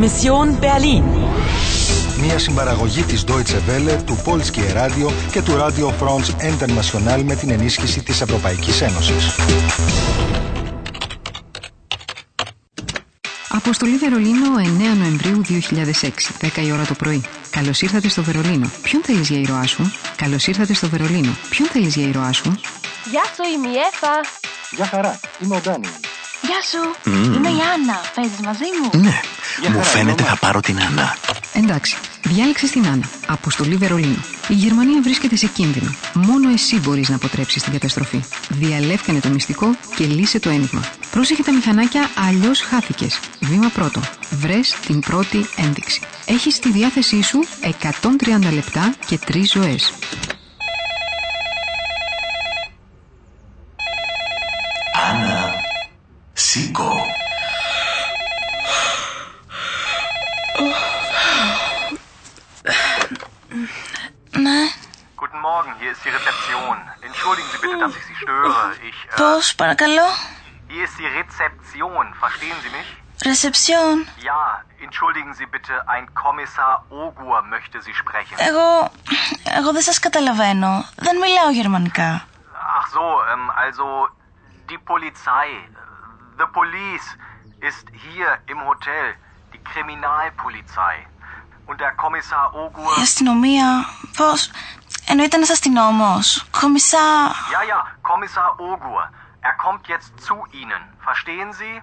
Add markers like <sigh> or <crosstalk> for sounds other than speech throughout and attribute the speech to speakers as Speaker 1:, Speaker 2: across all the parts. Speaker 1: Mission Berlin.
Speaker 2: Μια συμπαραγωγή της Deutsche Welle, του Polskie Radio και του Radio France International με την ενίσχυση της Ευρωπαϊκής Ένωσης.
Speaker 3: Αποστολή Βερολίνο 9 Νοεμβρίου 2006, 10 η ώρα το πρωί. Καλώς ήρθατε στο Βερολίνο. Ποιον θέλεις για ηρωά σου? Καλώς ήρθατε στο Βερολίνο. Ποιον θέλεις για ηρωά σου?
Speaker 4: Γεια σου, είμαι η Εύα.
Speaker 2: Γεια χαρά, είμαι ο Ντάνι.
Speaker 4: Γεια σου, είμαι η Άννα. Παίζεις μαζί μου.
Speaker 5: Ναι,
Speaker 2: Για
Speaker 5: μου
Speaker 2: χαρά,
Speaker 5: φαίνεται
Speaker 2: Ρώμα.
Speaker 5: θα πάρω την Ανά.
Speaker 3: Εντάξει, διάλεξε την Άννα. Αποστολή Βερολίνο. Η Γερμανία βρίσκεται σε κίνδυνο. Μόνο εσύ μπορείς να αποτρέψεις την καταστροφή. Διαλεύκανε το μυστικό και λύσε το ένιγμα. Πρόσεχε τα μηχανάκια, αλλιώς χάθηκες. Βήμα πρώτο. Βρες την πρώτη ένδειξη. Έχεις στη διάθεσή σου 130 λεπτά και 3 ζωές.
Speaker 5: Άννα, σήκω.
Speaker 6: Nein,
Speaker 7: Guten Morgen, hier ist die Rezeption. Entschuldigen Sie bitte, dass ich Sie störe. Ich. Äh,
Speaker 6: πώς παρακαλώ.
Speaker 7: hier ist die Rezeption, verstehen Sie mich?
Speaker 6: Reception.
Speaker 7: Ja, entschuldigen Sie bitte, ein Kommissar Ogur möchte Sie sprechen.
Speaker 6: Εγώ... Εγώ δεν σας καταλαβαίνω. Δεν μιλάω γερμανικά.
Speaker 7: Ach so, ähm, also. Die Polizei, äh, the police, ist hier im Hotel, die Kriminalpolizei. Und der Kommissar Ogur.
Speaker 6: Η αστυνομία... Πώς... Εννοείται ένας αστυνόμος. Κομισά...
Speaker 7: Ja, ja, Kommissar Ogur. Er kommt jetzt zu Ihnen. Verstehen Sie?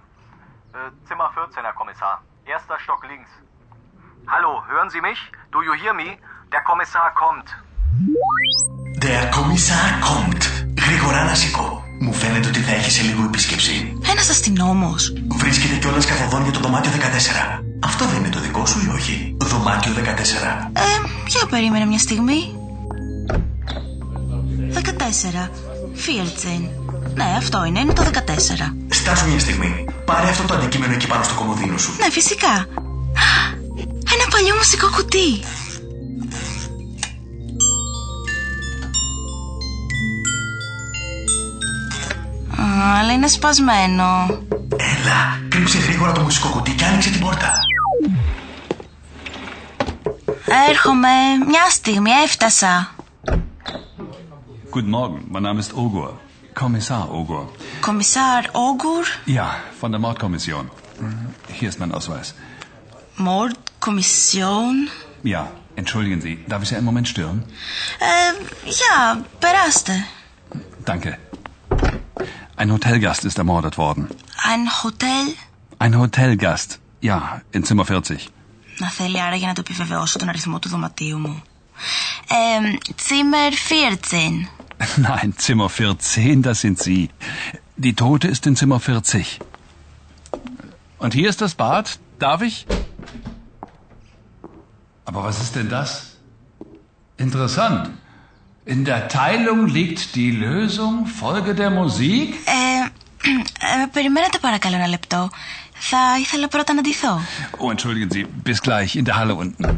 Speaker 7: Äh, Zimmer 14, Herr Kommissar. Erster Stock links. Hallo, hören Sie mich? Do you hear me? Der Kommissar kommt.
Speaker 5: Der Kommissar kommt. Γρήγορα να σηκώ. Μου φαίνεται ότι θα έχεις σε λίγο επίσκεψη.
Speaker 6: Ένας αστυνόμος.
Speaker 5: Βρίσκεται κιόλας καθοδόν για το δωμάτιο 14. Αυτό δεν είναι το δικό σου ή όχι. Δωμάτιο 14.
Speaker 6: Ε, για περίμενε μια στιγμή. 14. Φίερτσεν. Ναι, αυτό είναι. Είναι το 14.
Speaker 5: Στάσου μια στιγμή. Πάρε αυτό το αντικείμενο εκεί πάνω στο κομμωδίνο σου.
Speaker 6: Ναι, φυσικά. Α, Ένα παλιό μουσικό κουτί. Α, Αλλά είναι σπασμένο.
Speaker 5: Έλα, κρύψε γρήγορα το μουσικό κουτί και άνοιξε την πόρτα.
Speaker 6: Έρχομαι. Μια στιγμή, έφτασα.
Speaker 8: Guten Morgen, mein Name ist Ogur. Kommissar Ogur.
Speaker 6: Κομισάρ Όγκουρ.
Speaker 8: Ja, von der Mordkommission. Mhm. Hier ist mein Ausweis.
Speaker 6: Μόρτ Κομισιόν.
Speaker 8: Ja, entschuldigen Sie, darf ich Sie einen Moment stören?
Speaker 6: Ε, για, περάστε.
Speaker 8: Danke. Ein Hotelgast ist ermordet worden.
Speaker 6: Ein Hotel.
Speaker 8: Ein Hotelgast. Ja, in Zimmer 40.
Speaker 6: Να θέλει άρα για να το επιβεβαιώσω τον αριθμό του δωματίου μου. Ε, Zimmer 14.
Speaker 8: <laughs> Nein, Zimmer 14, das sind Sie. Die Tote ist in Zimmer 40. Und hier ist das Bad. Darf ich? Aber was ist denn das? Interessant. In der Teilung liegt die Lösung, Folge der Musik.
Speaker 6: Ε, ε, περιμένετε παρακαλώ ένα λεπτό. Θα ήθελα πρώτα να ντυθώ.
Speaker 8: Oh, entschuldigen Sie, bis gleich in der Halle unten.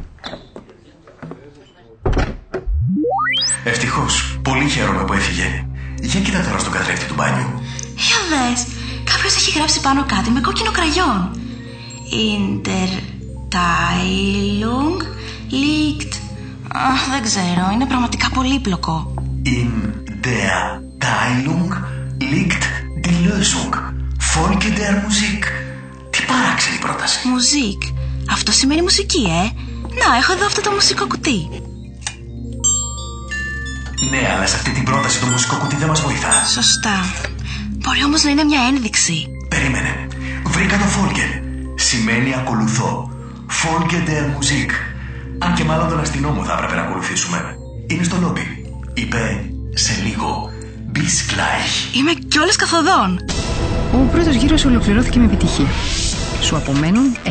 Speaker 5: Ευτυχώς, πολύ χαίρομαι που έφυγε. Για κοίτα τώρα στον καθρέφτη του μπάνιου.
Speaker 6: Για δες, κάποιος έχει γράψει πάνω κάτι με κόκκινο κραγιόν. Interteilung liegt... Α, δεν ξέρω, είναι πραγματικά πολύπλοκο.
Speaker 5: In der Teilung liegt die Lösung. Folge der Musik. Τι παράξενη πρόταση.
Speaker 6: Μουζίκ. Αυτό σημαίνει μουσική, ε. Να, έχω εδώ αυτό το μουσικό κουτί.
Speaker 5: Ναι, αλλά σε αυτή την πρόταση το μουσικό κουτί δεν μας βοηθά.
Speaker 6: Σωστά. Μπορεί όμως να είναι μια ένδειξη.
Speaker 5: Περίμενε. Βρήκα το Folge. Σημαίνει ακολουθώ. Folge der Musik. Αν και μάλλον τον αστυνόμο θα έπρεπε να ακολουθήσουμε. Είναι στο λόμπι. Είπε σε λίγο. Bis gleich.
Speaker 6: Είμαι κιόλας καθοδόν.
Speaker 3: Ο πρώτος γύρος ολοκληρώθηκε με επιτυχία. Σου απομένουν 125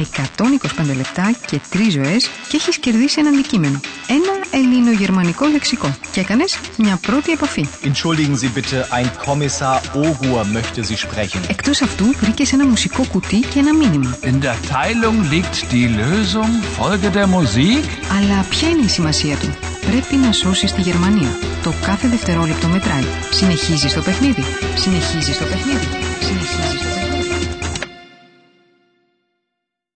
Speaker 3: λεπτά και 3 ζωές και έχεις κερδίσει ένα αντικείμενο. Ένα ελληνογερμανικό λεξικό. Και έκανες μια πρώτη επαφή.
Speaker 9: Entschuldigen Sie bitte, ein Kommissar Ogur möchte Sie sprechen.
Speaker 3: Εκτός αυτού βρήκες ένα μουσικό κουτί και ένα μήνυμα.
Speaker 8: In der Teilung liegt die Lösung, Folge der Musik.
Speaker 3: Αλλά ποια είναι η σημασία του. Πρέπει να σώσεις τη Γερμανία. Το κάθε δευτερόλεπτο μετράει. Συνεχίζεις το παιχνίδι. Συνεχίζεις το παιχνίδι. Συνεχίζεις το παιχνίδι.